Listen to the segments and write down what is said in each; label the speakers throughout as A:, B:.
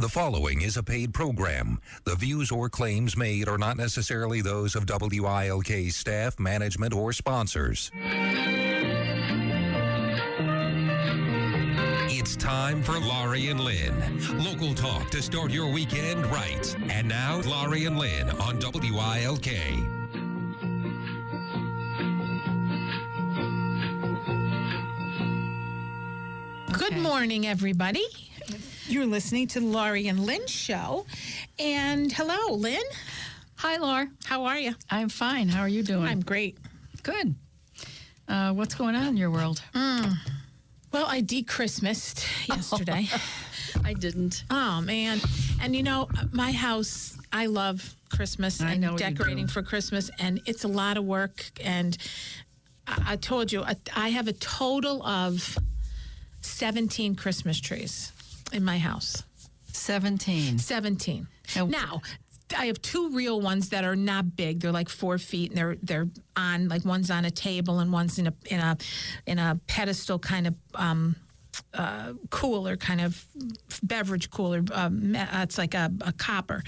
A: The following is a paid program. The views or claims made are not necessarily those of WILK staff, management, or sponsors. It's time for Laurie and Lynn. Local talk to start your weekend right. And now, Laurie and Lynn on WILK.
B: Good morning, everybody. You're listening to the Laurie and Lynn show. And hello, Lynn.
C: Hi, Laura.
B: How are you?
C: I'm fine. How are you doing?
B: I'm great.
C: good. Uh, what's going on in your world?
B: Well, I de-Christmased yesterday.
C: I didn't.
B: oh man! And you know, my house. I love Christmas.
C: I
B: and
C: know you
B: decorating
C: do.
B: for Christmas, and it's a lot of work. And I, I told you, I, I have a total of seventeen Christmas trees in my house.
C: 17.
B: 17.
C: Now-
B: Now, I have two real ones that are not big. They're like four feet, and they're they're on like one's on a table and one's in a in a in a pedestal kind of um, uh, cooler, kind of beverage cooler. Um, uh, it's like a, a copper,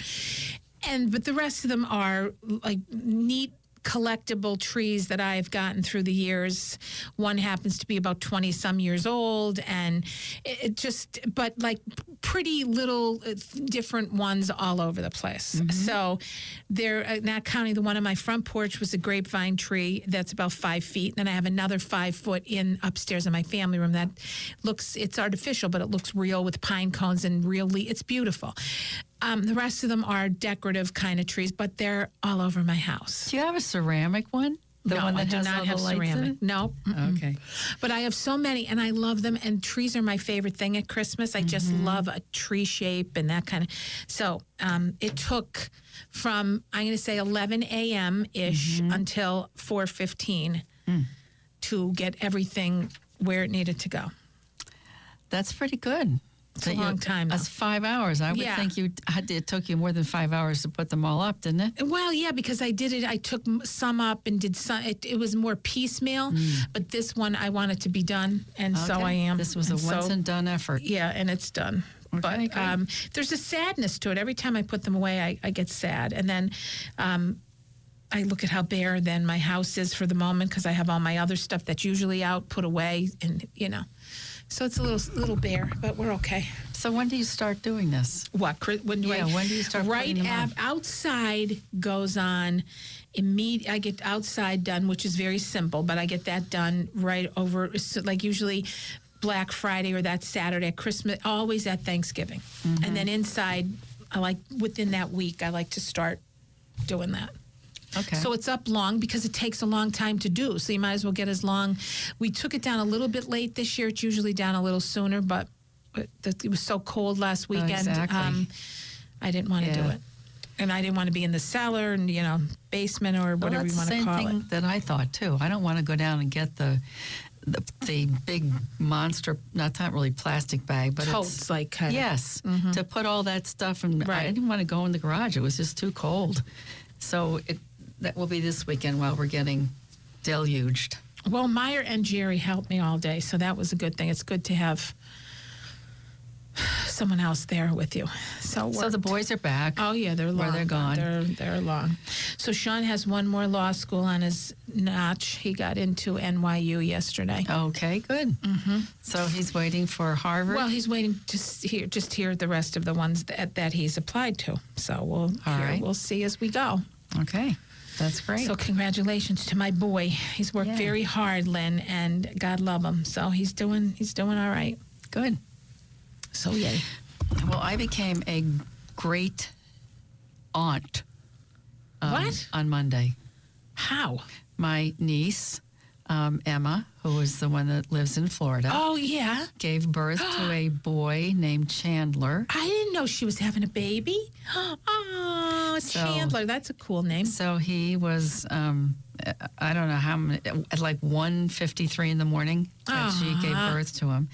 B: and but the rest of them are like neat collectible trees that I've gotten through the years. One happens to be about 20 some years old, and it, it just, but like pretty little uh, different ones all over the place.
C: Mm-hmm.
B: So they're uh, not counting the one on my front porch was a grapevine tree that's about five feet. And then I have another five foot in upstairs in my family room that looks, it's artificial, but it looks real with pine cones and really, it's beautiful. Um, the rest of them are decorative kind of trees, but they're all over my house
C: Do you have a ceramic one? The one that
B: I
C: has
B: do
C: all
B: not
C: the
B: have
C: lights in
B: ceramic.
C: it?
B: No, mm-mm.
C: Okay.
B: but I have so many, and I love them. And trees are my favorite thing at Christmas. I just
C: Mm-hmm.
B: love a tree shape and that kind of. So um, it took from I'm going to say 11 a.m. ish
C: Mm-hmm.
B: until 4:15
C: Mm.
B: to get everything where it needed to go.
C: That's pretty good. It's
B: a long time, though.
C: That's five hours. I would
B: Yeah.
C: think you had it took you more than five hours to put them all up, didn't it?
B: Well, yeah, because I did it. I took m- some up and did some. It, it was more piecemeal, but this one I wanted to be done, and so
C: Mm. Okay.
B: I am.
C: This was a
B: And so-
C: once and done effort.
B: Yeah, and it's done.
C: Okay,
B: But
C: great.
B: um, there's a sadness to it. Every time I put them away, I, I get sad. And then um, I look at how bare then my house is for the moment because I have all my other stuff that's usually out put away, and you know, so it's a little little bare. But we're okay.
C: So when do you start doing this?
B: What? Chris- When do I?
C: Yeah, when do you start
B: Right
C: putting them on?
B: outside goes on. Immediate. I get outside done, which is very simple, but I get that done right over. So like usually, Black Friday or that Saturday, Christmas, always at Thanksgiving,
C: Mm-hmm.
B: and then inside. I like within that week. I like to start doing that.
C: Okay.
B: So it's up long because it takes a long time to do. So you might as well get as long. We took it down a little bit late this year. It's usually down a little sooner, but it, it was so cold last weekend.
C: Oh,
B: um,
C: exactly.
B: I didn't want to do
C: Yeah.
B: it. And I didn't want to be in the cellar and, you know, basement or
C: Well,
B: whatever
C: that's
B: you want
C: the
B: to
C: same
B: call
C: thing
B: it.
C: that I thought too. I don't want to go down and get the the, the big monster. Not not really plastic bag, but it's,
B: Totes, like kind of.
C: yes, to put all that stuff and I
B: Mm-hmm. Right.
C: didn't want to go in the garage. It was just too cold. So it, that will be this weekend while we're getting deluged.
B: Well, Meyer and Jerry helped me all day, so that was a good thing. It's good to have someone else there with you. So,
C: So the
B: worked.
C: boys are back.
B: Oh yeah, they're long.
C: Or they're gone.
B: They're they're long. So Sean has one more law school on his notch. He got into NYU yesterday.
C: Okay, good. Mm-hmm. So he's waiting for Harvard.
B: Well, he's waiting to s- hear just hear the rest of the ones that that he's applied to. So we'll
C: All
B: hear-
C: right.
B: we'll see as we go.
C: okay, that's great.
B: So congratulations to my boy. He's worked
C: Yeah.
B: very hard, Lynn, and God love him. So he's doing he's doing all right.
C: good.
B: So yay.
C: Well, I became a great aunt.
B: What?
C: On Monday.
B: How?
C: my niece um, Emma, who is the one that lives in Florida,
B: Oh yeah.
C: gave birth to a boy named Chandler.
B: I didn't know she was having a baby. Oh, Chandler, that's a cool name.
C: So he was, um, I- I don't know how many, at like 1.53 in the morning that she gave birth to him.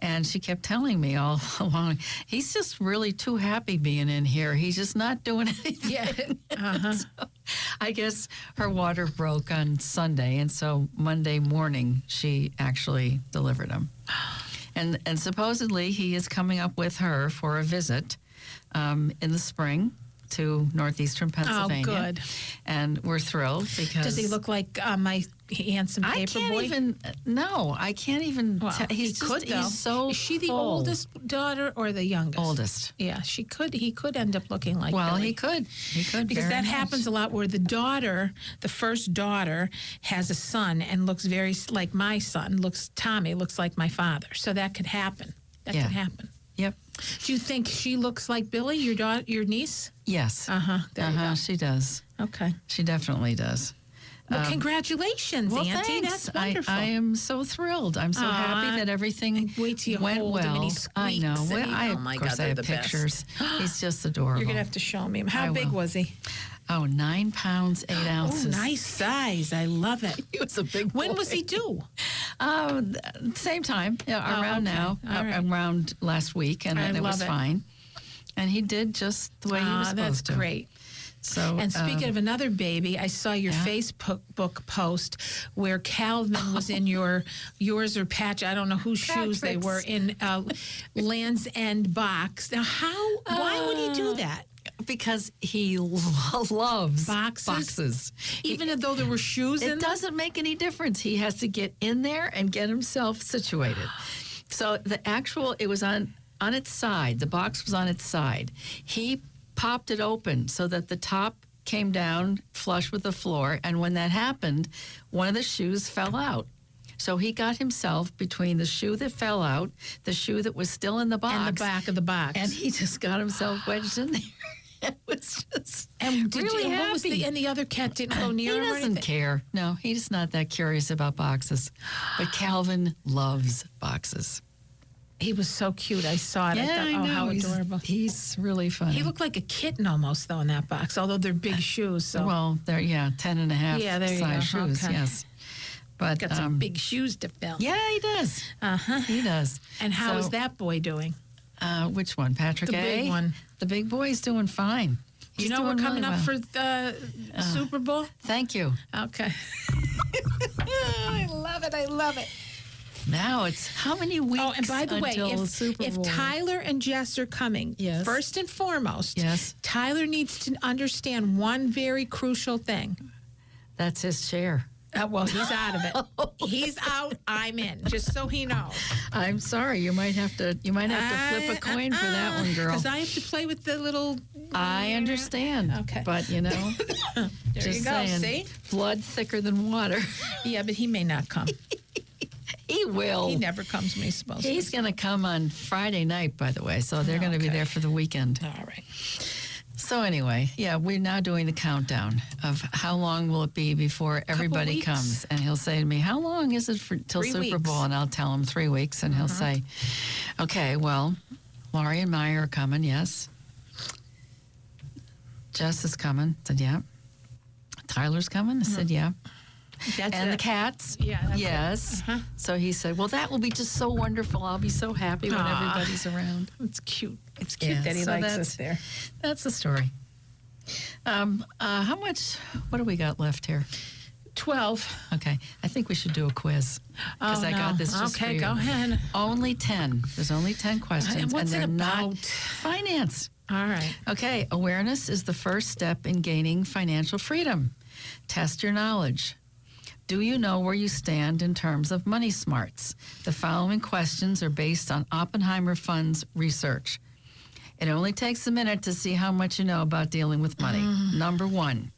C: And she kept telling me all along, he's just really too happy being in here. He's just not doing anything. I guess her water broke on Sunday, and so Monday morning she actually delivered him. And and supposedly he is coming up with her for a visit um, in the spring to northeastern Pennsylvania.
B: Oh, good.
C: And we're thrilled because
B: Does he look like uh, my handsome
C: I
B: paper
C: can't
B: boy?
C: even. No, I can't even.
B: Well,
C: tell,
B: he
C: he's just,
B: could though.
C: He's so.
B: Is she the
C: full.
B: oldest daughter or the youngest?
C: Oldest.
B: Yeah, she could. He could end up looking like.
C: Well,
B: Billy.
C: he could. He could
B: because
C: very
B: that
C: much.
B: happens a lot where the daughter the first daughter has a son and looks very s- like my son looks tommy looks like my father so that could happen that
C: Yeah.
B: could happen
C: Yep.
B: do you think she looks like billy your daughter your niece
C: Yes.
B: uh-huh there you
C: uh-huh. She does.
B: go. okay
C: She definitely does. Um,
B: well congratulations
C: Well,
B: auntie
C: thanks.
B: that's
C: I-
B: wonderful
C: I, am so thrilled. I'm so
B: Aw.
C: happy that everything
B: Wait till you
C: went
B: hold him
C: well.
B: and he
C: I
B: squeaks
C: know.
B: and
C: Well,
B: he-
C: I,
B: oh
C: of
B: my
C: course,
B: God,
C: I
B: they're
C: have
B: the best.
C: pictures. He's just adorable.
B: you're gonna have to show me him. How
C: I
B: big
C: will.
B: was he?
C: oh, nine pounds eight
B: Oh,
C: ounces.
B: nice size. I love it.
C: He was a big.
B: When
C: boy.
B: was he due?
C: Oh, th- same time yeah, around
B: Oh, okay.
C: now,
B: All
C: uh,
B: right.
C: around last week, and
B: I
C: then it was
B: love it.
C: fine. And he did just the way he was
B: Ah,
C: supposed
B: that's
C: to.
B: great.
C: So
B: And speaking
C: um,
B: of another baby, I saw your Facebook post where Calvin was in your yours or Patch. I don't know whose shoes they
C: Patrick's.
B: were in uh, Land's End box. Now, how? Why would he
C: Uh,
B: do that?
C: because he lo- loves
B: Boxes?
C: boxes.
B: Even though there were shoes in
C: It
B: them.
C: doesn't make any difference. He has to get in there and get himself situated. So the actual it was on on its side. The box was on its side. He popped it open so that the top came down flush with the floor and when that happened, one of the shoes fell out. So he got himself between the shoe that fell out, the shoe that was still in the box,
B: And the back of the box.
C: and he just got himself wedged in there. it was just
B: And did
C: really
B: you, and
C: happy.
B: what was the and the other cat didn't go near
C: He
B: him or
C: doesn't
B: anything?
C: care. No, he's not that curious about boxes. But Calvin loves boxes.
B: He was so cute. I saw it. I thought, oh, how
C: he's,
B: adorable.
C: He's really funny.
B: He looked like a kitten almost though in that box, although they're big shoes. So
C: Uh, well, they're, yeah, 10 and a half
B: Yeah, there you
C: size
B: go.
C: shoes,
B: Okay.
C: yes. But,
B: got some
C: um,
B: big shoes to fill.
C: yeah, he does. Uh-huh. He does.
B: And how is
C: So,
B: that boy doing?
C: Uh, which one, Patrick
B: The
C: A?
B: big one.
C: The big boy's doing fine.
B: You
C: He's
B: know we're
C: doing
B: coming
C: really
B: up
C: well. Uh.
B: for the Super Bowl.
C: Thank you.
B: Okay.
C: I love it. I love it. Now it's how many weeks
B: Oh, and by the way,
C: until
B: if,
C: Super
B: if
C: Bowl?
B: Tyler and Jess are coming,
C: Yes.
B: first and foremost,
C: Yes.
B: Tyler needs to understand one very crucial thing.
C: That's his chair.
B: Uh, well, he's out of it. He's out. I'm in. Just so he knows.
C: I'm sorry. You might have to. You might have to flip a
B: Uh,
C: coin for that one, girl.
B: Because I have to play with the little.
C: I understand.
B: Okay.
C: But you know,
B: There
C: just
B: you go. See?
C: saying, blood thicker than water.
B: Yeah, but he may not come.
C: he will.
B: He never comes when he's supposed
C: He's
B: to.
C: going to come on Friday night, by the way. So they're going to be there for the weekend.
B: All right.
C: So anyway, yeah, we're now doing the countdown of how long will it be before everybody
B: weeks.
C: comes, and he'll say to me, "How long is it for till
B: Three
C: Super
B: weeks. Uh-huh.
C: Bowl?" And I'll tell him three weeks, and he'll say, "Okay, well, Laurie and Maya are coming, yes. Jess is coming." I said, "Yeah." Tyler's coming. I
B: Uh-huh.
C: said, "Yeah."
B: That's
C: and
B: it.
C: the cats.
B: Yeah, that's it. Uh-huh.
C: Yes. So he said, "Well, that will be just so wonderful. I'll be so happy when
B: Aw.
C: everybody's around."
B: It's cute. It's cute
C: Yeah,
B: that he
C: so
B: likes
C: that's-
B: us there.
C: That's the story. Um, uh, how much? What do we got left here?
B: 12.
C: Okay, I think we should do a quiz because
B: Oh,
C: I got
B: no.
C: this. Just for
B: Okay,
C: you.
B: go ahead.
C: Only ten. There's only ten questions,
B: what's it
C: and they're not
B: about?
C: finance.
B: All right.
C: Okay, awareness is the first step in gaining financial freedom. Test your knowledge. Do you know where you stand in terms of money smarts? The following questions are based on Oppenheimer Fund's research. It only takes a minute to see how much you know about dealing with money. Number one.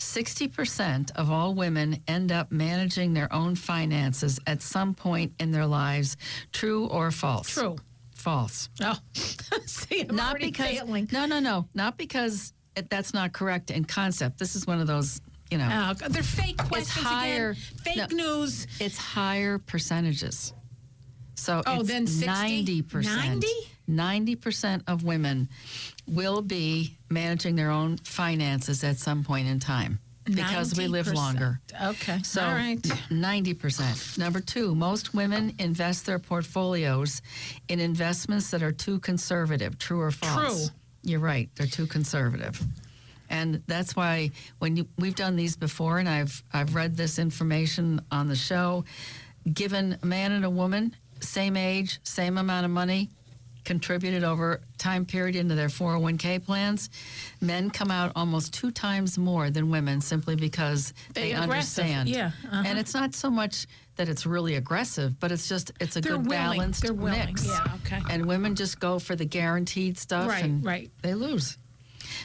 C: 60% of all women end up managing their own finances at some point in their lives. True or false?
B: True.
C: False
B: Oh, see, I'm
C: not
B: already
C: because
B: failing.
C: no no no not because it, that's not correct in concept this is one of those you know,
B: Oh, God, they're fake questions
C: higher-
B: again. Fake news.
C: it's higher percentages. So
B: Oh,
C: it's
B: then 60?
C: 90%.
B: 90?
C: 90% of women will be managing their own finances at some point in time because we live
B: 90%.
C: longer.
B: Okay.
C: So
B: All right.
C: 90%. Number two, most women invest their portfolios in investments that are too conservative, true or false?
B: True.
C: You're right, they're too conservative. And that's why when you, we've done these before, and I've, I've read this information on the show, given a man and a woman, same age, same amount of money, contributed over time period into their 401k plans, men come out almost two times more than women simply because
B: They
C: they,
B: aggressive,
C: understand.
B: yeah, uh-huh.
C: And it's not so much that it's really aggressive, but it's just it's a
B: They're
C: good
B: willing.
C: balanced
B: They're willing.
C: mix.
B: Yeah, okay.
C: And women just go for the guaranteed stuff
B: Right,
C: and
B: right.
C: they lose.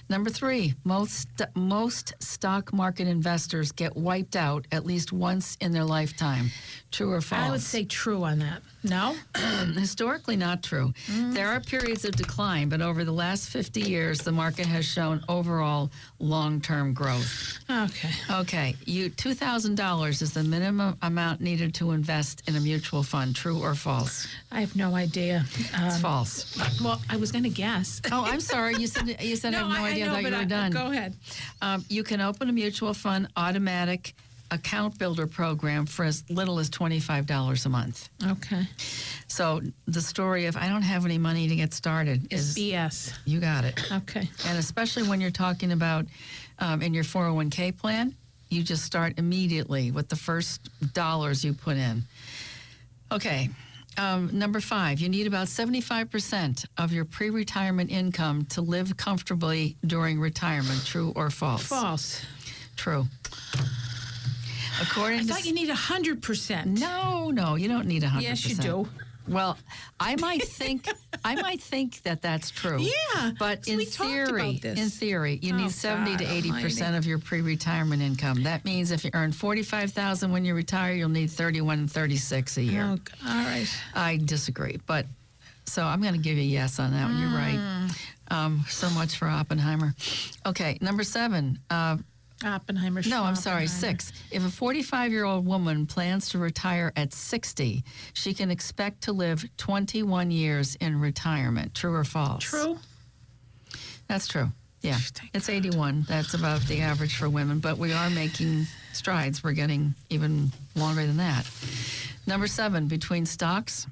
C: Number 3, most most stock market investors get wiped out at least once in their lifetime. True or false?
B: I would say true on that. No?
C: historically not true.
B: Mm.
C: There are periods of decline, but over the last 50 years, the market has shown overall long term growth.
B: Okay.
C: Okay, you $2,000 is the minimum amount needed to invest in a mutual fund. True or false?
B: I have no idea. Uh,
C: It's false.
B: well, I was going to guess.
C: Oh, I'm sorry. You said you said I have no idea. I, thought you
B: but
C: were
B: I-
C: done.
B: Go ahead.
C: Um, you can open a mutual fund automatic account builder program for as little as $25 a month.
B: Okay.
C: So the story of I don't have any money to get started
B: It's
C: is
B: BS.
C: you got it.
B: Okay.
C: And especially when you're talking about um, in your 401k plan, you just start immediately with the first dollars you put in. Okay. Um, number five, you need about 75% of your pre retirement income to live comfortably during retirement. True or false?
B: False.
C: True. According
B: I
C: to.
B: thought you need 100%.
C: no, no, you don't need 100%.
B: Yes, you do.
C: Well, I might think I might think that that's true.
B: Yeah,
C: but
B: so
C: in
B: we talked about
C: theory,
B: this.
C: in theory, you
B: Oh,
C: need seventy to
B: God
C: eighty percent of your pre-retirement income. That means if you earn forty-five thousand when you retire, you'll need thirty-one and thirty-six a year.
B: Oh, g- all right.
C: I disagree, but so I'm going to give you a yes on that one. You're right.
B: Mm.
C: Um, so much for Oppenheimer. Okay, number seven. Uh,
B: Oppenheimer.
C: no, I'm
B: Schwappenheimer.
C: sorry, six. If a 45 year old woman plans to retire at 60, she can expect to live 21 years in retirement. True or false?
B: True?
C: That's true. Yeah.
B: thank
C: It's 81. That's about the average for women, but we are making strides. We're getting even longer than that. Number seven, between stocks,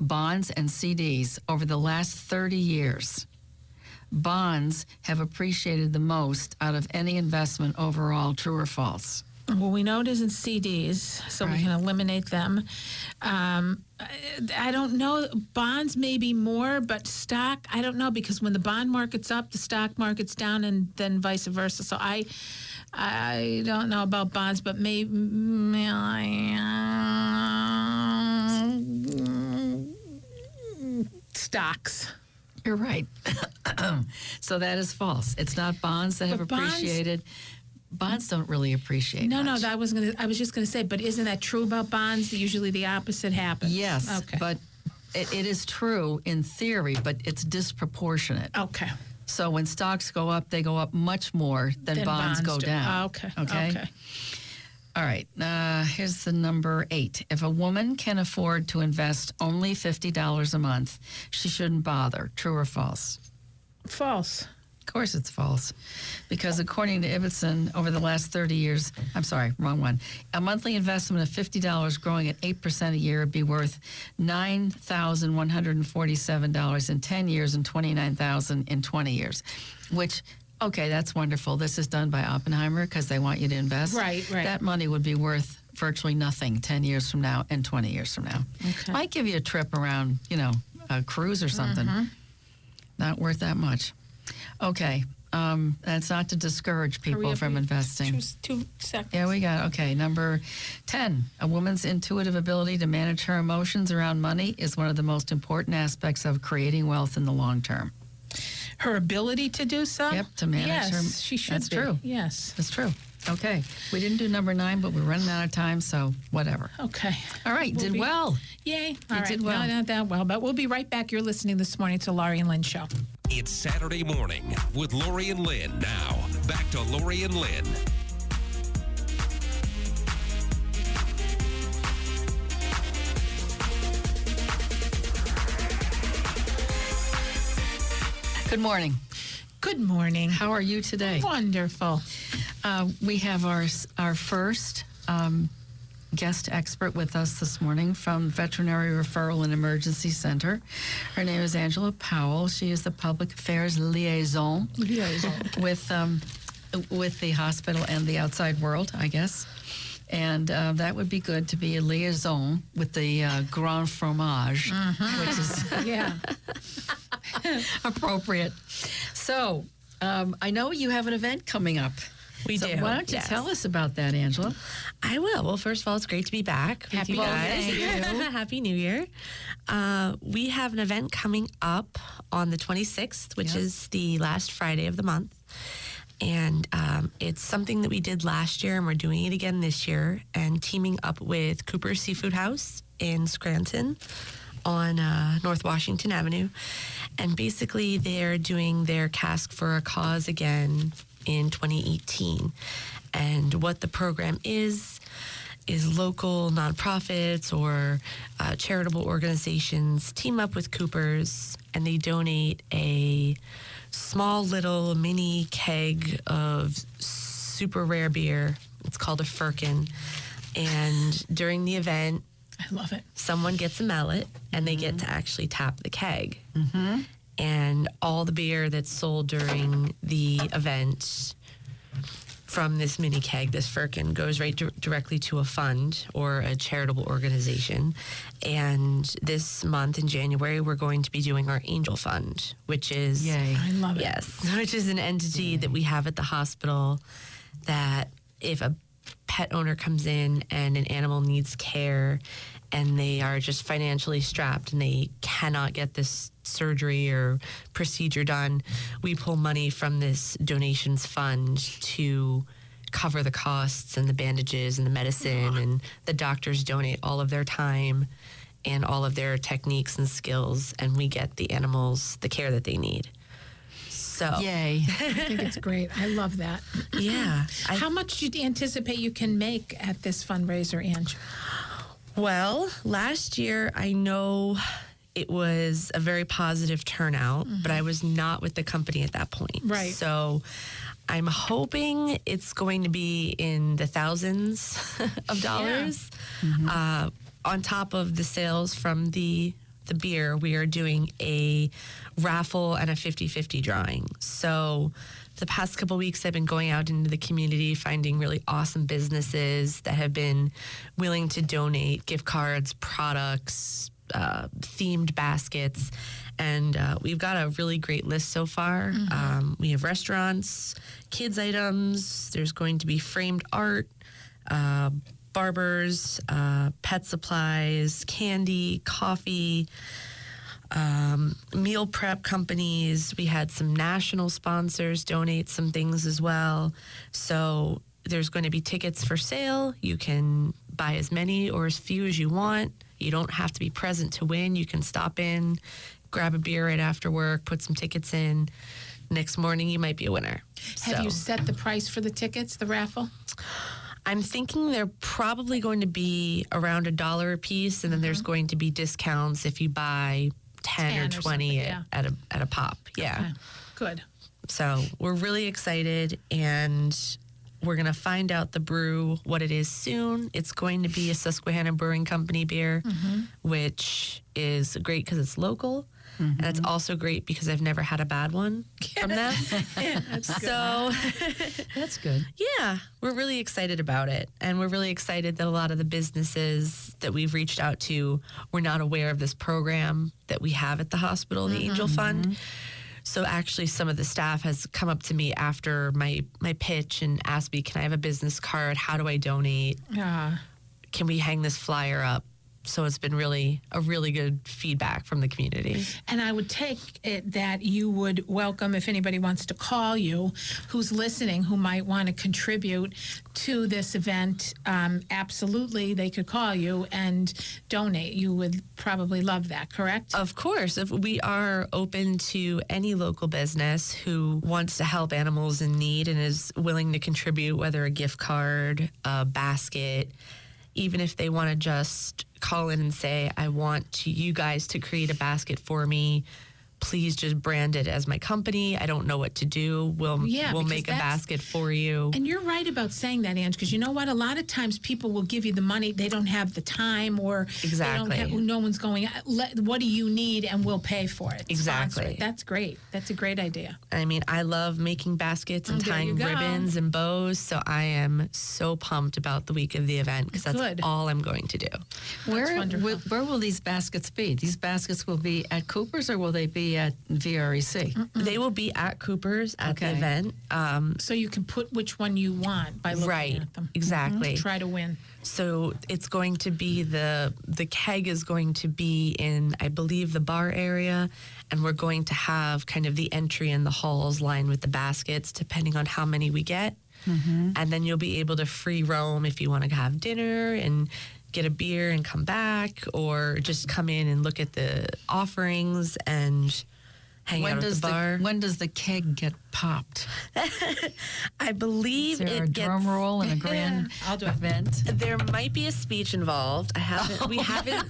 C: bonds, and CDs over the last 30 years, bonds have appreciated the most out of any investment overall, true or false?
B: Well, we know it isn't CDs, so we
C: Right.
B: can eliminate them. Um, I- I don't know. Bonds maybe more, but stock, I don't know because when the bond market's up, the stock market's down, and then vice versa. So I, I don't know about bonds, but maybe stocks.
C: You're right. so that is false. It's not bonds that have
B: But bonds-
C: appreciated. Bonds don't really appreciate.
B: No, no,
C: much.
B: that was gonna. I was just gonna say, but isn't that true about bonds? Usually, the opposite happens.
C: Yes,
B: Okay.
C: but it, it is true in theory, but it's disproportionate.
B: okay.
C: So when stocks go up, they go up much more than,
B: Then
C: bonds, go
B: do-
C: down.
B: Ah, okay.
C: Okay.
B: Okay.
C: All right. Uh, here's the number eight. If a woman can afford to invest only fifty dollars a month, she shouldn't bother. True or false?
B: False.
C: Of course, it's false. Because according to Ibbotson, over the last 30 years, I'm sorry, wrong one, a monthly investment of $50 growing at 8% a year would be worth $9,147 in 10 years and $29,000 in 20 years, which, okay, that's wonderful. This is done by Oppenheimer because they want you to invest.
B: Right, right.
C: That money would be worth virtually nothing 10 years from now and 20 years from now.
B: Okay.
C: Might give you a trip around, you know, a cruise or something
B: Mm-hmm.
C: not worth that much. Okay, um, that's not to discourage people
B: up,
C: from
B: we-
C: investing.
B: Two, two seconds.
C: Yeah, we got okay. Number 10. A woman's intuitive ability to manage her emotions around money is one of the most important aspects of creating wealth in the long term.
B: Her ability to do so.
C: Yep, to manage
B: yes,
C: her-
B: she should.
C: that's
B: be.
C: true.
B: Yes.
C: That's true. Okay, we didn't do number nine, but we're running out of time, so whatever.
B: Okay.
C: All right,
B: We'll
C: did
B: be-
C: well.
B: Yay. All right.
C: did well.
B: No, not that well, but we'll be right back. You're listening this morning to Laurie and Lynn Show.
A: It's Saturday morning with Lori and Lynn. Now, back to Lori and Lynn.
C: Good morning.
B: Good morning.
C: How are you today?
B: Wonderful.
C: Uh, we have our our first um, guest expert with us this morning from Veterinary Referral and Emergency Center. Her name is Angela Powell. She is the public affairs liaison
B: Oh,
C: with um, with the hospital and the outside world, I guess. And uh, that would be good to be a liaison with the uh, Grand Fromage,
D: Mm-hmm.
C: which is
B: Yeah.
C: appropriate. So, um, I know you have an event coming up.
D: We
C: So
D: do.
C: Why don't you
D: yes.
C: tell us about that, Angela?
D: I will. Well, first of all, it's great to be back. with
C: Happy
D: you
C: New Year.
D: guys.
C: Thank you.
D: Happy New Year. Uh, we have an event coming up on the 26th, which
C: Yeah.
D: is the last Friday of the month. And um, it's something that we did last year, and we're doing it again this year, and teaming up with Cooper Seafood House in Scranton on uh, North Washington Avenue. And basically, they're doing their Cask for a Cause again in 2018. And what the program is, is local nonprofits or uh, charitable organizations team up with Coopers and they donate a small little mini keg of super rare beer. It's called a firkin. And during the event,
B: I love it.
D: someone gets a mallet and they get
B: Mm-hmm.
D: to actually tap the keg. And all the beer that's sold during the event from this mini keg, this firkin, goes right dir- directly to a fund or a charitable organization. And this month in January, we're going to be doing our angel fund, which is
C: Yay.
B: I love it.
D: Yes, which is an entity that we have at the hospital that if a pet owner comes in and an animal needs care and they are just financially strapped and they cannot get this surgery or procedure done, we pull money from this donations fund to cover the costs and the bandages and the medicine and the doctors donate all of their time and all of their techniques and skills and we get the animals the care that they need. So
C: Yay.
B: I think it's great. I love that.
D: yeah. I-
B: How much do you anticipate you can make at this fundraiser, Ange?
D: well, last year I know it was a very positive turnout, but I was not with the company at that point.
B: Right.
D: So I'm hoping it's going to be in the thousands of dollars. Uh, on top of the sales from the the beer, we are doing a raffle and a 50-50 drawing. So the past couple weeks I've been going out into the community finding really awesome businesses that have been willing to donate gift cards, products, uh, themed baskets. And uh, we've got a really great list so far. Um, we have restaurants, kids' items, there's going to be framed art, uh, barbers, uh, pet supplies, candy, coffee, um, meal prep companies. We had some national sponsors donate some things as well. So there's going to be tickets for sale. You can buy as many or as few as you want. You don't have to be present to win. You can stop in, grab a beer right after work, put some tickets in. Next morning, you might be a winner.
B: Have
D: So-
B: you set the price for the tickets, the raffle?
D: I'm thinking they're probably going to be around a dollar a piece, and then there's going to be discounts if you buy 10,
B: 10 Mm-hmm. or
D: or
B: something,
D: 20 at,
B: yeah.
D: at, a, at a pop. Yeah.
B: Okay. Good.
D: So we're really excited, and we're going to find out the brew, what it is soon. It's going to be a Susquehanna Brewing Company beer,
B: Mm-hmm.
D: which is great because it's local. And
B: Mm-hmm.
D: it's also great because I've never had a bad one from them. so.
C: That's good.
D: Yeah, we're really excited about it. And we're really excited that a lot of the businesses that we've reached out to were not aware of this program that we have at the hospital, the Angel Fund. So actually some of the staff has come up to me after my my pitch and asked me, "Can I have a business card? How do I donate?
B: Yeah.
D: Can we hang this flyer up?" So it's been really a really good feedback from the community.
B: And I would take it that you would welcome if anybody wants to call you who's listening who might want to contribute to this event. Um, absolutely, they could call you and donate. You would probably love that, correct?
D: Of course, if we are open to any local business who wants to help animals in need and is willing to contribute, whether a gift card, a basket, even if they want to just call in and say, "I want to, you guys to create a basket for me." please just brand it as my company. I don't know what to do. We'll
B: Yeah,
D: we'll
B: because
D: make a
B: that's-
D: basket for you.
B: And you're right about saying that, Ange, because you know what? A lot of times people will give you the money. They don't have the time or they don't
D: Exactly.
B: have- no one's going, "Uh, Let, what do you need? And we'll pay for it. Sponsor it.
D: Exactly.
B: That's great. That's a great idea.
D: I mean, I love making baskets and
B: Oh, there you
D: tying
B: go.
D: ribbons and bows, so I am so pumped about the week of the event because that's
B: Good.
D: all I'm going to do.
C: Where,
B: wonderful.
C: will- where will these baskets be? These baskets will be at Cooper's or will they be at E VREC?
D: They will be at Cooper's at
C: Okay.
D: the event. Um,
B: So you can put which one you want by looking
D: Right.
B: at them. Mm-hmm.
D: Exactly.
B: Try to win.
D: so it's going to be the the keg is going to be in I believe the bar area, and we're going to have kind of the entry and the halls lined with the baskets, depending on how many we get. And then you'll be able to free roam if you want to have dinner and get a beer and come back, or just come in and look at the offerings and hang
C: When
D: out at
C: does
D: the bar.
C: when does the keg get popped?
D: I believe
C: Is there a
D: it gets
C: drum roll and a grand
B: I'll do it.
C: event?
D: There might be a speech involved. I haven't.
C: Oh,
D: We haven't.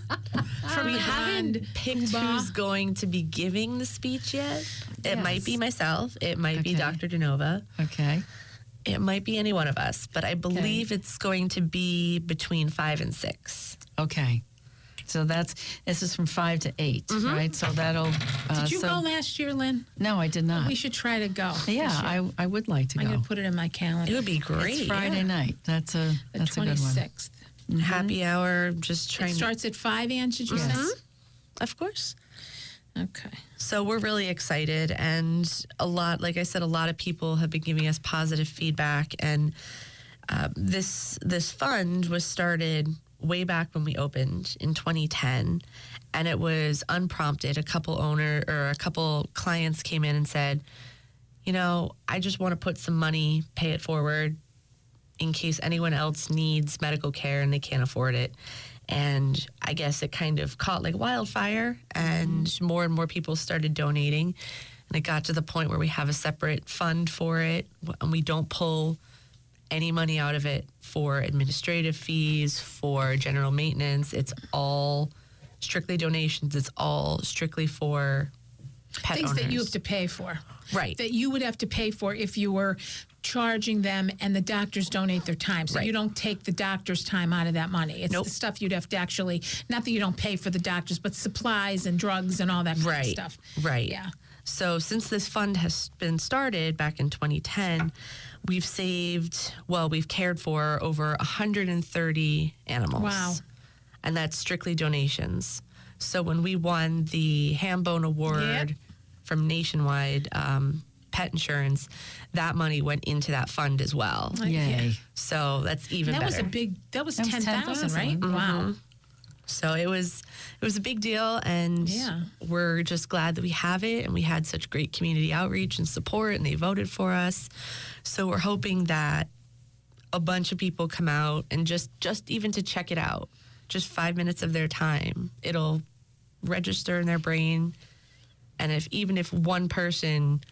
D: we haven't
B: Grand
D: picked
B: Poobah.
D: who's going to be giving the speech yet. It might be
C: Yes.
D: myself. It might be
C: Okay.
D: Dr. DeNova.
C: Okay.
D: It might be any one of us. But I believe it's going to be between five and six.
C: Okay. So that's this is from five to 8 right? So that'll. Uh,
B: Mm-hmm. Did you
C: so,
B: go last year, Lynn?
C: No, I did
D: Uh,
C: not.
B: We should try to go. this
C: yeah,
B: year.
C: I, I would like to
B: I'm
C: go.
B: going to put it in my
D: It
B: calendar.
D: would be great.
C: it's Friday Mm-hmm. night. That's a
B: The
C: that's a good one.
B: 26th.
D: Happy hour. Just
B: It
D: trying. to
B: starts at 5, Ange, did you say?
D: of course. Mm-hmm.
B: Okay.
D: So we're really excited, and a lot, like I said, a lot of people have been giving us positive feedback, and uh, this this fund was started way back when we opened in 2010, and it was unprompted. A couple owner or a couple clients came in and said, "You know, I just want to put some money, pay it forward, in case anyone else needs medical care and they can't afford it. And I guess it kind of caught like wildfire, and
B: Mm-hmm.
D: more and more people started donating. And it got to the point where we have a separate fund for it, w- and we don't pull any money out of it for administrative fees, for general maintenance. It's all strictly donations, it's all strictly for pet
B: Things that you have
D: owners.
B: to pay for.
D: Right.
B: That you would have to pay for if you were charging them and the doctors donate their time. So you
D: Right.
B: don't take the doctor's time out of that money. It's
D: Nope.
B: the stuff you'd have to actually, not that you don't pay for the doctors, but supplies and drugs and all that kind
D: right,
B: of stuff.
D: Right.
B: Yeah.
D: So since this fund has been started back in 2010, we've saved, well, we've cared for over 130 animals.
B: Wow.
D: And that's strictly donations. So when we won the Hambone Award
B: Yep.
D: from Nationwide um, Pet Insurance, that money went into that fund as well.
C: Yay.
D: So that's even
B: That
D: better. Mm-hmm.
B: was a big, that was
C: That was
B: 10,000,
C: 10,000,
B: right? Wow.
D: So it was it was a big deal and
B: Yeah.
D: we're just glad that we have it and we had such great community outreach and support and they voted for us. So we're hoping that a bunch of people come out and just just even to check it out. Just 5 minutes of their time. It'll register in their brain and if even if one person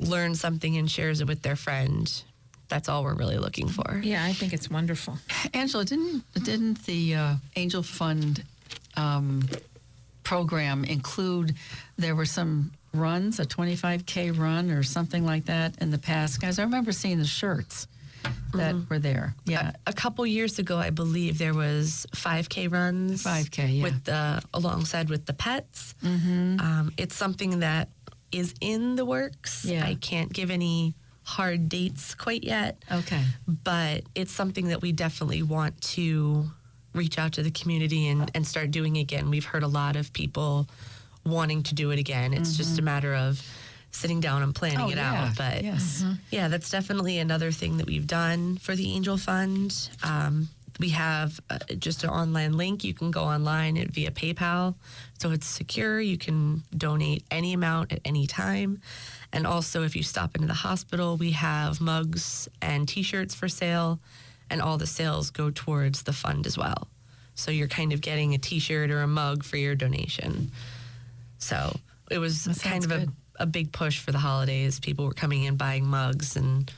D: learns something and shares it with their friend, that's all we're really looking for.
B: Yeah, I think it's wonderful.
C: Angela, didn't didn't the uh, Angel Fund um, program include there were some runs, a 25k run or something like that in the past? Guys, I remember seeing the shirts that
B: Mm-hmm.
C: were there. Yeah,
D: a couple years ago, I believe there was 5K runs.
C: 5K, yeah.
D: With the alongside with the pets. Mm-hmm. Um, it's something that is in the works.
C: Yeah.
D: I can't give any hard dates quite yet,
C: okay.
D: but it's something that we definitely want to reach out to the community and, and start doing again. We've heard a lot of people wanting to do it again. It's just a matter of sitting down and planning
C: Mm-hmm. Oh,
D: it
C: yeah,
D: out. But
C: yes.
D: yeah, that's definitely another thing that we've done for the Angel Fund. Um, we have uh, just an online link. You can go online it via PayPal. So it's secure. You can donate any amount at any time. And also, if you stop into the hospital, we have mugs and t shirts for sale. And all the sales go towards the fund as well. So you're kind of getting a t shirt or a mug for your donation. So it was
C: That
D: kind
C: sounds
D: of a,
C: good.
D: a big push for the holidays. People were coming in buying mugs and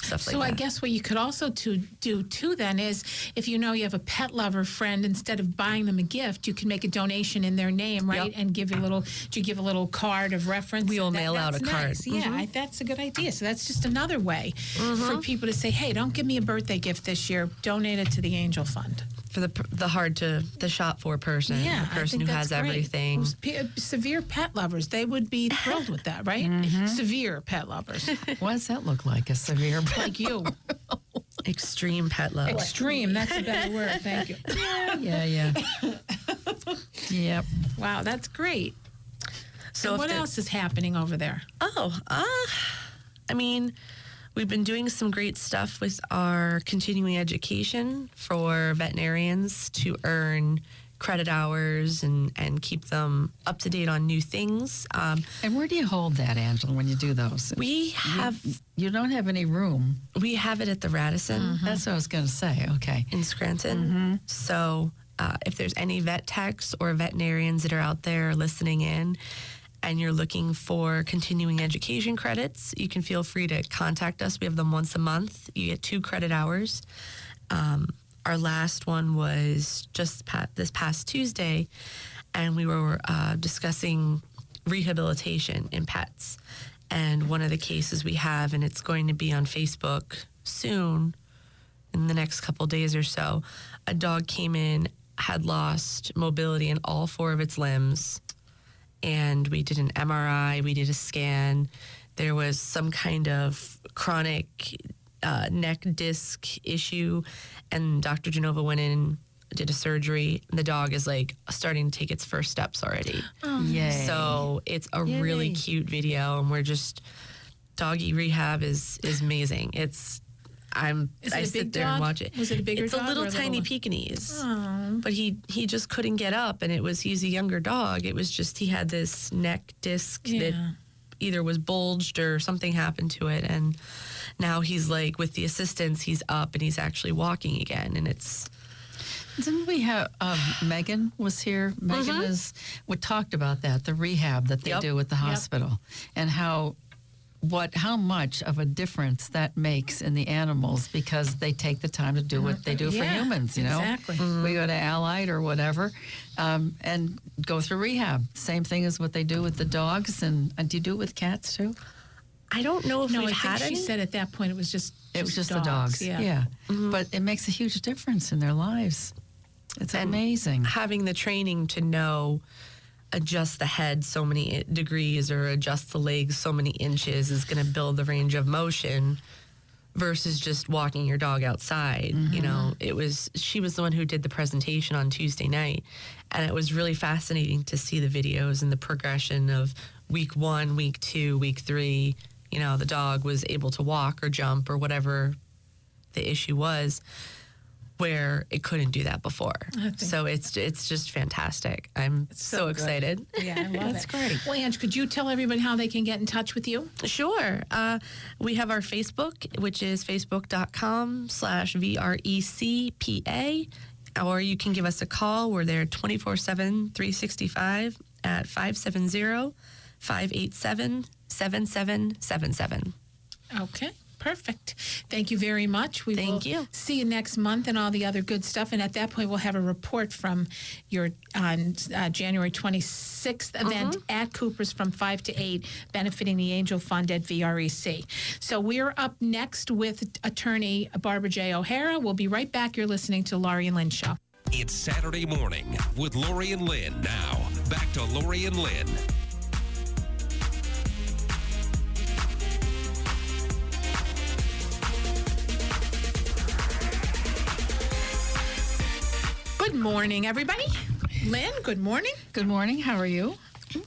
D: stuff like
B: so
D: that.
B: I guess what you could also to do too then is if you know you have a pet lover friend, instead of buying them a gift, you can make a donation in their name, right?
D: Yep.
B: And give a little. Do you give a little card of reference?
D: We'll
B: That-
D: mail out
B: that's
D: a card. Mm-hmm.
B: nice. Yeah, I, that's a good idea. So that's just another way for people to say, hey, don't give me a birthday gift this year. Donate it to the Angel Fund.
D: for the the hard to the shop for person,
B: Yeah,
D: the person
B: I think
D: who
B: that's
D: has
B: great.
D: everything.
B: Those pe- uh, severe pet lovers, they would be thrilled with that, right?
D: Mm-hmm.
B: Severe pet lovers,
C: What does that look like? A severe break?
B: like you.
D: Extreme pet love.
B: Extreme. That's a better word. Thank you.
C: yeah, yeah. yep.
B: Wow, that's great. So,
D: So if
B: what
D: the-
B: else is happening over there?
D: Oh, uh, I mean, we've been doing some great stuff with our continuing education for veterinarians to earn credit hours and, and keep them up to date on new things. Um,
C: And where do you hold that, Angela, when you do those?
D: we have
C: You don't have any room.
D: we have it at the Radisson
B: Mm-hmm.
C: That's what I was going to say. Okay.
D: in Scranton. So uh, if there's any vet techs or veterinarians that are out there listening in and you're looking for continuing education credits, you can feel free to contact us. We have them once a month. You get two credit hours. Um, our last one was just pa- this past Tuesday, and we were uh, discussing rehabilitation in pets. And one of the cases we have, and it's going to be on Facebook soon, in the next couple days or so, a dog came in, had lost mobility in all four of its limbs. And we did an MRI, we did a scan. There was some kind of chronic uh, neck disc issue. And Dr. Genova went in, did a surgery. And the dog is like starting to take its first steps already.
C: Yay.
D: So it's a really cute video, and we're just doggy rehab is is amazing. It's I'm
B: Is it
D: I
B: a
D: sit
B: big
D: there
B: dog?
D: and watch it.
B: Was it a bigger
D: It's a
B: dog or
D: little
B: a little
D: tiny
B: one?
D: Pekingese, but he he just couldn't get up, and it was he's a younger dog. It was just he had this neck disc
B: Yeah.
D: that either was bulged or something happened to it, and now he's like with the assistance, he's up and he's actually walking again, and it's
C: Didn't we have um, Megan was here? Megan is. We talked about that the rehab that they
D: Yep.
C: do at the hospital and how what how much of a difference that makes in the animals because they take the time to do what they do for
B: Yeah,
C: humans. You know,
B: exactly.
C: We go to Allied or whatever, um, and go through rehab. Same thing as what they do with the dogs, and, and do you do it with cats too?
D: I don't know if
B: No, I
D: we've
B: think
D: had
B: she
D: any.
B: said at that point it was just
C: It was just the dogs.
B: Yeah.
C: But it makes a huge difference in their lives. It's amazing.
D: having the training to know adjust the head so many i- degrees or adjust the legs so many inches is going to build the range of motion versus just walking your dog outside you know it was she was the one who did the presentation on tuesday night and it was really fascinating to see the videos and the progression of week one week two week three you know the dog was able to walk or jump or whatever the issue was where it couldn't do that before. So it's it's just fantastic. I'm so, excited.
B: Yeah, I love That's great. Well, Ange, could you tell everybody how they can get in touch with you?
D: Sure. Uh, we have our Facebook, which is facebook.com slash E VRECPA, or you can give us a call. We're there 24 7, 365 at 570 587 7777.
B: Okay. Perfect. Thank you very much. We
D: Thank
B: will
D: you.
B: see you next month and all the other good stuff. And at that point, we'll have a report from your on uh, January
D: Mm-hmm.
B: 26th event at Cooper's from 5 to 8, benefiting the Angel Fund at VREC. So we're up next with attorney Barbara J. O'Hara. We'll be right back. You're listening to Laurie and Lynn Show.
A: It's Saturday morning with Lori and Lynn. Now, back to Lori and Lynn.
B: Good morning, everybody. Lynn, good morning.
C: Good morning. How are you?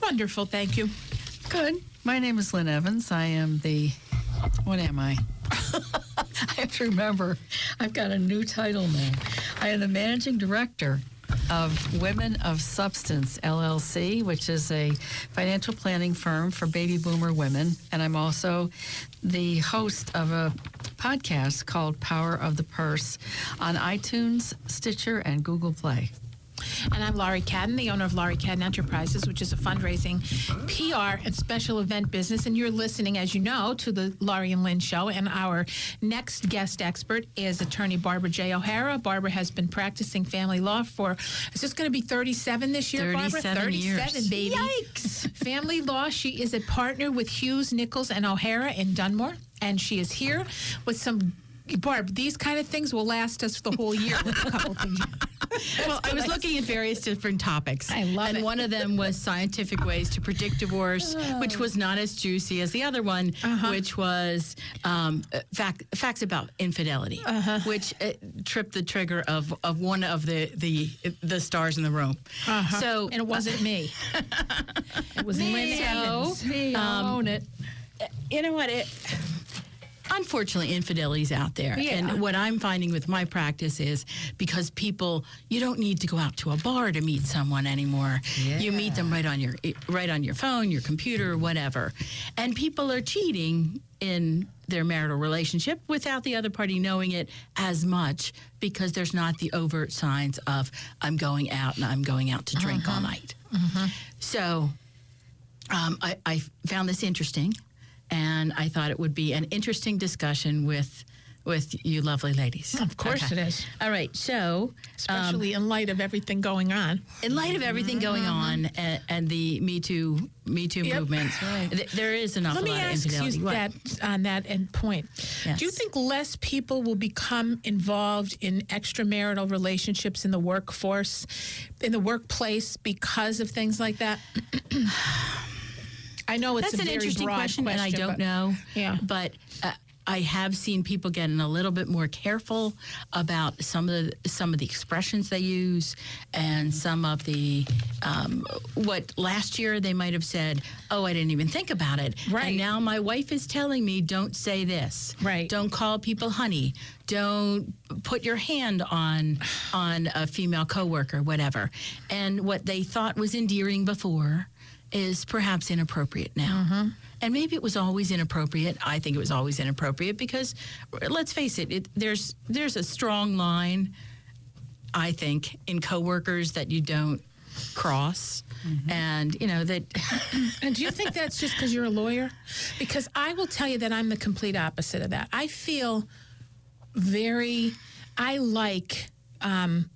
B: Wonderful. Thank you.
C: Good. My name is Lynn Evans. I am the. What am I? I have to remember. I've got a new title now. I am the managing director of Women of Substance LLC, which is a financial planning firm for baby boomer women. And I'm also the host of a podcast called Power of the Purse on iTunes, Stitcher, and Google Play.
B: And I'm Laurie Cadden, the owner of Laurie Cadden Enterprises, which is a fundraising, PR, and special event business. And you're listening, as you know, to the Laurie and Lynn show. And our next guest expert is attorney Barbara J. O'Hara. Barbara has been practicing family law for, it's just going to be 37 this year, Barbara?
C: 37 years.
B: 37, baby. Yikes. family law. She is a partner with Hughes, Nichols, and O'Hara in Dunmore. And she is here with some. Barb, these kind of things will last us the whole year with a couple things.
E: well, I was looking at various different topics. I love and it. And one of them was scientific ways to predict divorce, which was not as juicy as the other one,
B: Uh-huh.
E: which was um, uh, fact, facts about infidelity,
B: Uh-huh.
E: which uh, tripped the trigger of, of one of the, the the stars in the room. So
B: Uh-huh. And it wasn't me. It was Lynn
E: so,
B: Evans.
E: own it. You know what? It, unfortunately, infidelity is out there.
B: Yeah.
E: And what I'm finding with my practice is because people, you don't need to go out to a bar to meet someone anymore. You meet them right on your eh, right on your phone, your computer, whatever. And people are cheating in their marital relationship without the other party knowing it as much because there's not the overt signs of I'm going out and I'm going out to drink all night. So um, I, I found this interesting, and I thought it would be an interesting discussion with with you lovely ladies.
B: Of course it is.
E: All right. So,
B: Especially
E: Um,
B: in light of everything going on.
E: in light of everything going
B: Mm-hmm.
E: on and, and the Me Too Me Too movement, th- there is an awful
B: Let me
E: lot of
B: ask
E: infidelity.
B: you
E: What?
B: that on that end point. Do you
E: Yes.
B: think less people will become involved in extramarital relationships in the workforce, in the workplace, because of things like that? I know it's
E: That's
B: a
E: an
B: very
E: interesting
B: broad
E: question, and I don't
B: but-
E: know.
B: Yeah.
E: But uh, I have seen people getting a little bit more careful about some of the some of the expressions they use, and some of the um, what last year they might have said, "Oh, I didn't even think about it."
B: Right.
E: And now my wife is telling me, "Don't say this."
B: Right.
E: Don't call people honey. Don't put your hand on on a female coworker, whatever. And what they thought was endearing before is perhaps inappropriate now. And maybe it was always inappropriate. I think it was always inappropriate because, let's face it, it there's there's a strong line I think, in coworkers that you don't cross. And, you know, that
B: And do you think that's just because you're a lawyer? Because I will tell you that I'm the complete opposite of that. I feel very, I like um,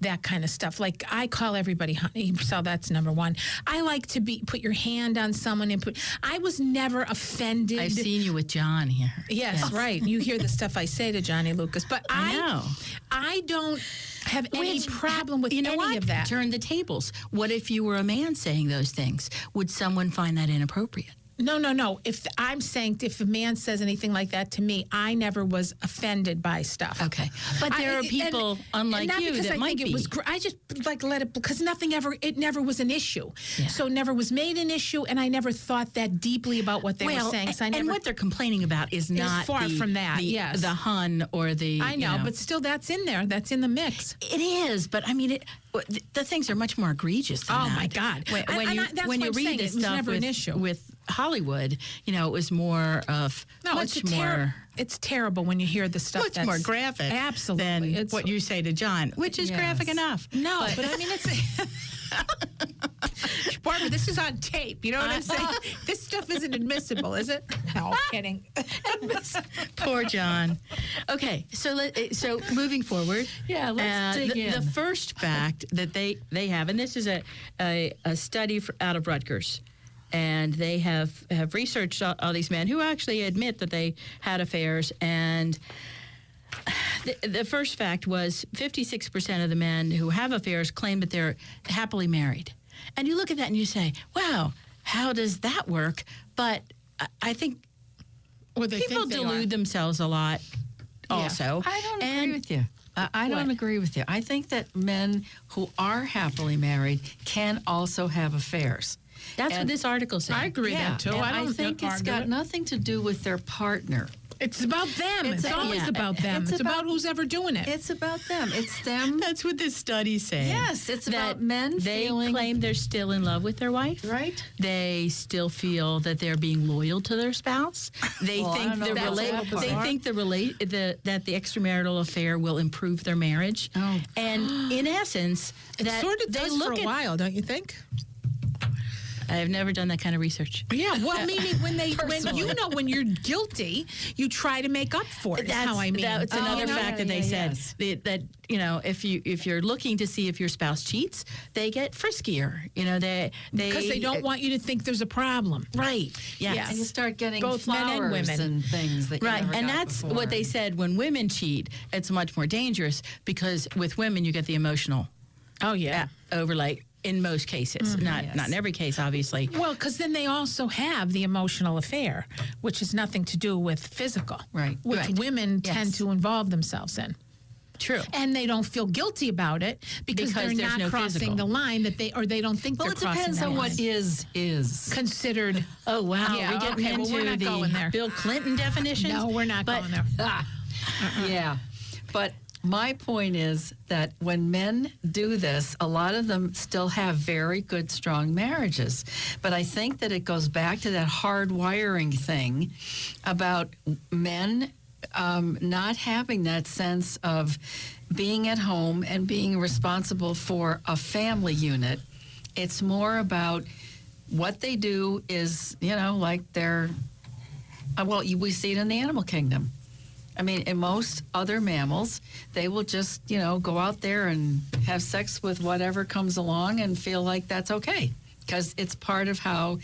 B: that kind of stuff. Like I call everybody honey, so that's number one. I like to be put your hand on someone and put. I was never offended.
E: I've seen you with John here.
B: Yes, right. You hear the stuff I say to Johnny Lucas, but I,
E: know.
B: I don't have any problem with
E: you know
B: any
E: what?
B: of that.
E: Turn the tables. What if you were a man saying those things? Would someone find that inappropriate?
B: No, no, no. If I'm saying if a man says anything like that to me, I never was offended by stuff.
E: Okay. But
B: I-
E: there are
B: and-
E: people
B: and
E: unlike
B: not
E: you
B: because
E: that
B: I
E: might
B: think
E: be.
B: It was gr- I just like let it because nothing ever it never was an issue,
E: Yeah.
B: so it never was made an issue, and I never thought that deeply about what they
E: well,
B: were saying. So I
E: and
B: never.
E: what they're complaining about is not
B: far
E: the-
B: from that,
E: The,
B: yes.
E: the hun or the
B: I
E: you
B: know, but still, that's in there. That's in the mix.
E: It is, but I mean, it, w- th- the things are much more egregious. Than
B: Oh,
E: that.
B: my God.
E: When,
B: And-
E: when
B: and
E: you
B: I- that's
E: when
B: what
E: you
B: I'm
E: read
B: saying.
E: the
B: It was
E: stuff
B: never
E: with,
B: an issue.
E: with Hollywood, you know, it was more of
B: No,
E: much
B: it's a
E: more.
B: ter- It's terrible when you hear the stuff.
E: Much
B: that's
E: more graphic
B: Absolutely.
E: than
B: It's-
E: what you say to John, which is graphic enough.
B: No, but, I mean it's. Barbara, this is on tape. You know what I'm saying? this stuff isn't admissible, is it? Uh-huh. No, kidding.
E: Poor John. Okay, so let, uh, so moving forward. Uh,
C: Yeah, let's dig
E: the,
C: in.
E: the first fact that they they have, and this is a a, a study fr out of Rutgers, and they have have researched all, all these men who actually admit that they had affairs and. The, the first fact was 56% of the men who have affairs claim that they're happily married. And you look at that and you say, wow, how does that work? But I, I think
B: Or they
E: people
B: think they
E: delude
B: are.
E: themselves a lot also
C: I don't agree
E: and
C: with you. I, I don't
E: What?
C: agree with you. I think that men who are happily married can also have affairs.
E: that's what
C: And-
E: this article said
B: I agree with that too.
C: and
B: I don't
C: think it's
B: argue
C: got
B: it.
C: nothing to do with their partner.
B: It's about them. It's,
E: It's a-
B: always
E: yeah.
B: about them. It's,
E: It's
B: about,
E: about-
B: who's ever doing it.
C: It's about them. It's them.
E: That's what this study says.
C: Yes, it's about men
E: They
C: feeling-
E: claim they're still in love with their wife.
C: Right.
E: They still feel that they're being loyal to their spouse. They
C: Well, I
E: think
C: don't know
E: the
C: about
E: relate.
C: that
E: They
C: part.
E: think the relate the, that the extramarital affair will improve their marriage.
C: Oh.
E: And in essence,
B: It
E: that
B: sort of
E: they
B: does
E: look
B: for a
E: at.
B: while, don't you think?
E: I've never done that kind of research.
B: Yeah. Well, meaning when they, when you know, when you're guilty, you try to make up for it. That's how I mean. Oh,
E: That's
B: You
E: another
B: know?
E: fact that they
C: yeah,
E: said
C: yes.
E: that, that you know if you if you're looking to see if your spouse cheats, they get friskier. You know they they
B: because they don't want you to think there's a problem.
E: right. Yes.
B: Yeah.
C: And you start getting
B: Both men
C: flowers
B: and women.
C: and things that you
E: Right,
C: never
E: and
C: got
E: that's
C: before.
E: what they said. When women cheat, it's much more dangerous because with women you get the emotional
B: Oh yeah.
E: overlay in most cases,
C: Mm-hmm.
E: not not in every case, obviously.
B: Well, because then they also have the emotional affair, which has nothing to do with physical,
C: Right.
B: Which
E: Right.
B: women
E: Yes.
B: tend to involve themselves in,
E: True.
B: and they don't feel guilty about it because,
E: Because
B: they're
E: there's
B: not
E: no
B: crossing
E: physical.
B: the line that they or they don't think
C: Well,
B: they're
C: it
B: crossing
C: depends
B: that
C: on
B: line.
C: what is is.
B: considered.
E: Oh wow,
B: Yeah,
E: we're getting
B: okay, well,
E: into
B: we're not
E: the
B: going there.
E: Bill Clinton definitions.
B: No, we're not
E: but
B: going there.
C: Yeah. But my point is that when men do this, a lot of them still have very good, strong marriages. But I think that it goes back to that hard wiring thing about men um, not having that sense of being at home and being responsible for a family unit. It's more about what they do is, you know, like they're uh, well, you, we see it in the animal kingdom. I mean, in most other mammals, they will just, you know, go out there and have sex with whatever comes along and feel like that's okay because it's part of how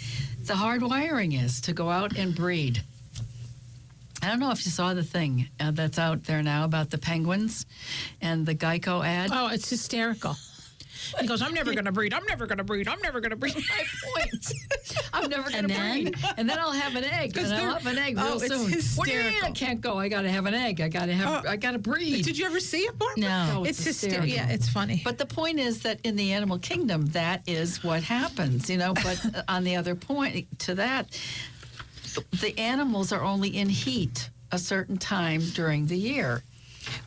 C: the hard wiring is to go out and breed. I don't know if you saw the thing uh, that's out there now about the penguins and the Geico ad.
B: Oh, it's hysterical. He goes, I'm never going to breed. I'm never going to breed. I'm never going to breed.
C: my point. I'm never going
E: And
C: to
E: then?
C: breed. And then I'll have an egg. And
B: they're-
C: I'll have an egg real
B: Oh, it's
C: soon. What do you mean I
B: hysterical.
C: can't go? I got to have an egg. I got to have. I got to breed.
B: Did you ever see it, Barbara?
E: No.
B: It's,
C: It's
B: hysterical.
C: hysterical.
B: Yeah, it's funny.
C: But the point is that in the animal kingdom, that is what happens, you know. But on the other point to that, the animals are only in heat a certain time during the year,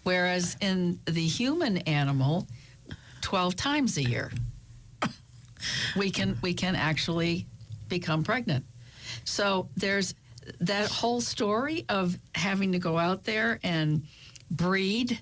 C: whereas in the human animal, twelve times a year, we can we can actually become pregnant. So there's that whole story of having to go out there and breed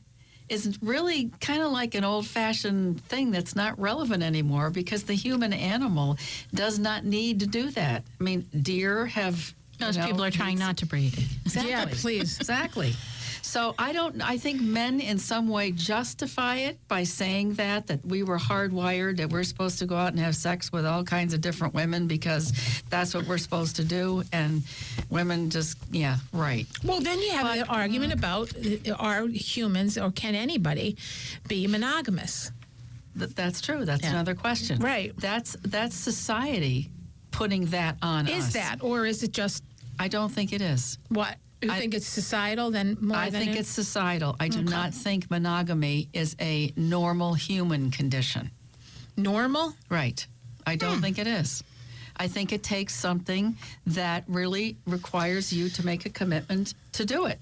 C: is really kind of like an old fashioned thing that's not relevant anymore because the human animal does not need to do that. I mean, deer have. you
E: most
C: know,
E: people are trying not to breed.
C: Exactly.
B: Yeah, please.
C: Exactly. So I don't. I think men, in some way, justify it by saying that that we were hardwired that we're supposed to go out and have sex with all kinds of different women because that's what we're supposed to do, and women just yeah right.
B: Well, then you have the argument about uh, are humans or can anybody be monogamous?
C: Th- that's true. That's another question.
B: Right.
C: That's that's society putting that on us.
B: Is that, or is it just
C: I don't think it is.
B: what? You
C: I-
B: think it's societal then more
C: I
B: than
C: think
B: it-
C: it's societal. I do not think monogamy is a normal human condition.
B: normal?
C: Right. I
B: Hmm.
C: don't think it is. I think it takes something that really requires you to make a commitment to do it.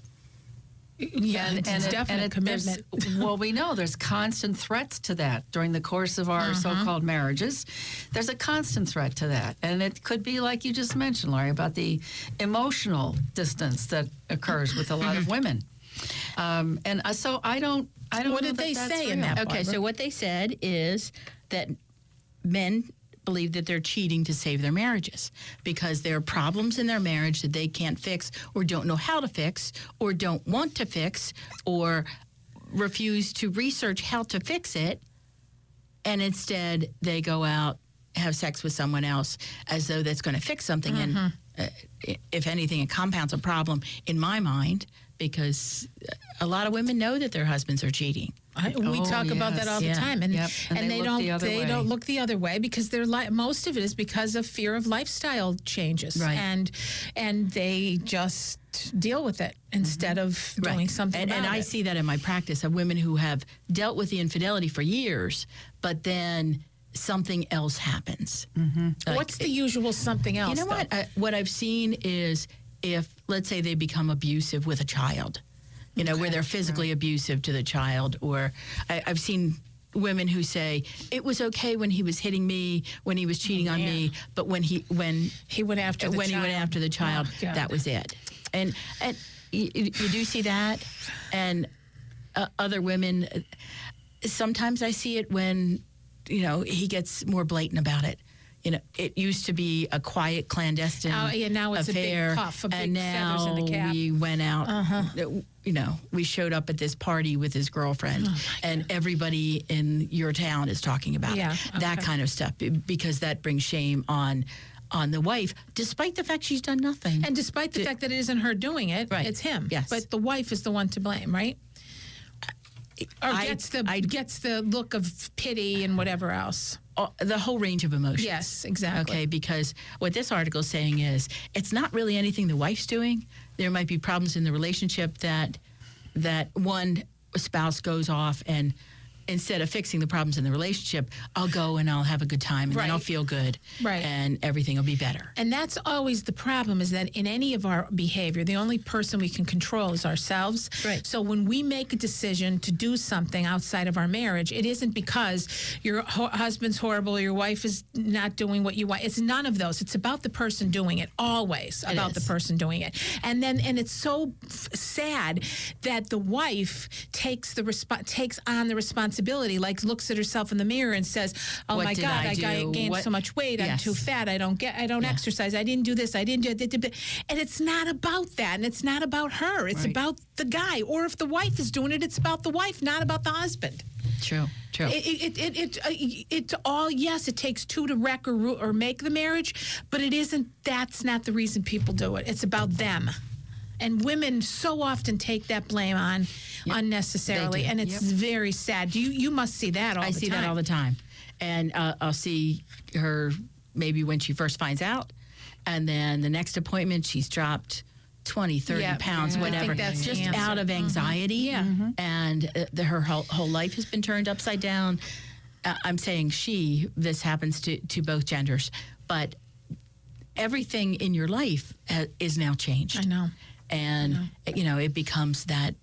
B: Yeah, it's, it's
C: it-
B: definite
C: it- there's-
B: commitment.
C: well, we know there's constant threats to that during the course of
B: Mm-hmm.
C: our so-called marriages. There's a constant threat to that, and it could be like you just mentioned, Laurie, about the emotional distance that occurs with a lot
B: Mm-hmm.
C: of women. Um, and uh, so I don't, I don't.
B: What
C: know
B: did
C: that
B: they
C: that's
B: say in
C: real.
B: that
E: Okay, so what they said is that men believe that they're cheating to save their marriages because there are problems in their marriage that they can't fix or don't know how to fix or don't want to fix or refuse to research how to fix it and instead they go out have sex with someone else as though that's going to fix something and uh, i- if anything it compounds a problem in my mind because a lot of women know that their husbands are cheating
B: I, we
C: Oh,
B: talk about that all the
C: yes. Yeah.
B: time, and
C: Yep.
B: and,
C: And
B: they,
C: they look
B: don't
C: the other
B: they
C: way.
B: don't look the other way because their li- most of it is because of fear of lifestyle changes,
C: Right.
B: and and they just deal with it instead of doing something.
E: And, and
B: about
E: I
B: it.
E: see that in my practice of women who have dealt with the infidelity for years, but then something else happens.
B: What's the usual something else?
E: You know
B: though?
E: what? I, what I've seen is if, let's say, they become abusive with a child, you know, where they're physically abusive to the child. Or I, I've seen women who say it was okay when he was hitting me, when he was cheating
B: Oh,
E: on me, but when he when
B: He went after the
E: when he went
B: child.
E: after the child,
B: God.
E: that was it. And and you, you do see that, and uh, other women. uh, Sometimes I see it when you know he gets more blatant about it. You know, it used to be a quiet clandestine
B: Oh, yeah, now it's a big
E: affair,
B: puff, a big
E: and
B: feathers in
E: now
B: the cap. Uh-huh.
E: we went out. You know, we showed up at this party with his girlfriend,
B: Oh,
E: and everybody in your town is talking about
B: Yeah,
E: it. That kind of stuff, be- because that brings shame on on the wife, despite the fact she's done nothing.
B: And despite the fact that it isn't her doing it,
E: Right.
B: it's him.
E: Yes.
B: But the wife is the one to blame, right? Or
E: I-
B: gets the
E: I-
B: gets the look of pity and whatever else.
E: All- Uh, the whole range of emotions.
B: Yes, exactly.
E: Okay, because what this article is saying is it's not really anything the wife's doing. There might be problems in the relationship that that one spouse goes off and instead of fixing the problems in the relationship, I'll go and I'll have a good time and then I'll
B: Right.
E: feel good.
B: Right.
E: And everything will be better.
B: And that's always the problem is that in any of our behavior, the only person we can control is ourselves.
E: Right.
B: So when we make a decision to do something outside of our marriage, it isn't because your ho- husband's horrible, your wife is not doing what you want. It's none of those. It's about the person doing it, always about the
E: is.
B: person doing it. And then, and it's so f- sad that the wife takes the resp- takes on the responsibility, like looks at herself in the mirror and says, "Oh
E: What
B: my
E: did
B: God,
E: I
B: I, ga-
E: do?
B: gained
E: What-
B: so much weight. I'm
E: Yes.
B: too fat. I don't get. I don't exercise. I didn't do this. I didn't do that, that. that." And it's not about that. And it's not about her. It's
E: Right.
B: about the guy. Or if the wife is doing it, it's about the wife, not about the husband.
E: True. True.
B: It, it, it, it, it, it's all yes. It takes two to wreck or ru- or make the marriage, but it isn't. That's not the reason people do it. It's about them. And women so often take that blame on unnecessarily,
E: They do.
B: and it's very sad. You you must see that all
E: I
B: the
E: see
B: time.
E: that all the time, and uh, I'll see her maybe when she first finds out, and then the next appointment she's dropped 20, 30
B: Yeah,
E: pounds,
B: yeah. I think
E: whatever,
B: that's the
E: just
B: answer.
E: out of anxiety. Mm-hmm. Yeah, and uh, the, her whole, whole life has been turned upside down. Uh, I'm saying she. This happens to to both genders, but everything in your life ha- is now changed.
B: I know.
E: And, you know, it becomes that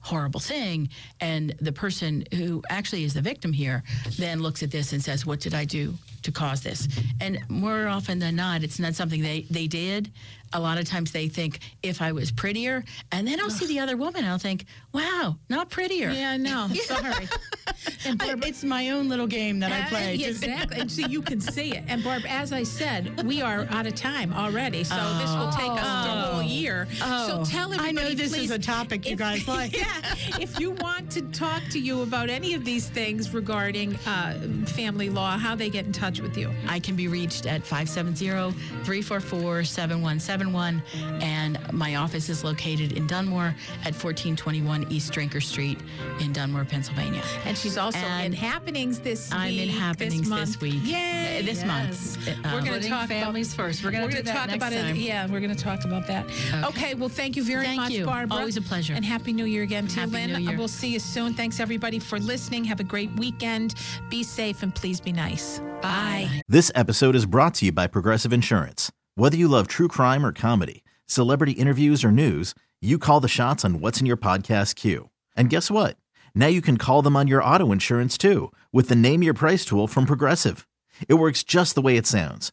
E: horrible thing. And the person who actually is the victim here then looks at this and says, What did I do to cause this? And more often than not, it's not something they, they did. A lot of times they think, If I was prettier, and then I'll see the other woman, I'll think, Wow, not prettier.
B: Yeah, I know. Sorry. And Barb,
E: It's my own little game that I play.
B: Yeah,
E: Just-
B: exactly. And so you can see it. And Barb, as I said, we are out of time already. So this will take us the whole year.
E: Oh.
B: So tell
E: I
B: everybody.
E: know this is
B: please,
E: a topic you guys like.
B: Yeah. If you want to talk to you about any of these things regarding uh, family law, how they get in touch with you.
E: I can be reached at 570-344-7171 and my office is located in Dunmore at 1421 East Drinker Street in Dunmore, Pennsylvania.
B: And she's also in
E: And
B: happenings this
E: I'm
B: week.
E: in happenings this,
B: month.
E: week.
B: Yay!
E: Uh, This month. Uh,
B: We're going to
C: Putting
B: talk
C: families
B: about,
C: first. We're gonna do
B: gonna
C: that
B: talk
C: next
B: about
C: time.
B: it. Yeah, we're going to talk about that. Okay. Well, thank you very
E: Thank
B: much,
E: you.
B: Barbara.
E: Always a pleasure.
B: And happy New Year again to
E: Happy
B: Lynn.
E: New Year.
B: We'll see you soon. Thanks everybody for listening. Have a great weekend. Be safe and please be nice. Bye.
F: This episode is brought to you by Progressive Insurance. Whether you love true crime or comedy, celebrity interviews or news, you call the shots on what's in your podcast queue. And guess what? Now you can call them on your auto insurance too with the Name Your Price tool from Progressive. It works just the way it sounds.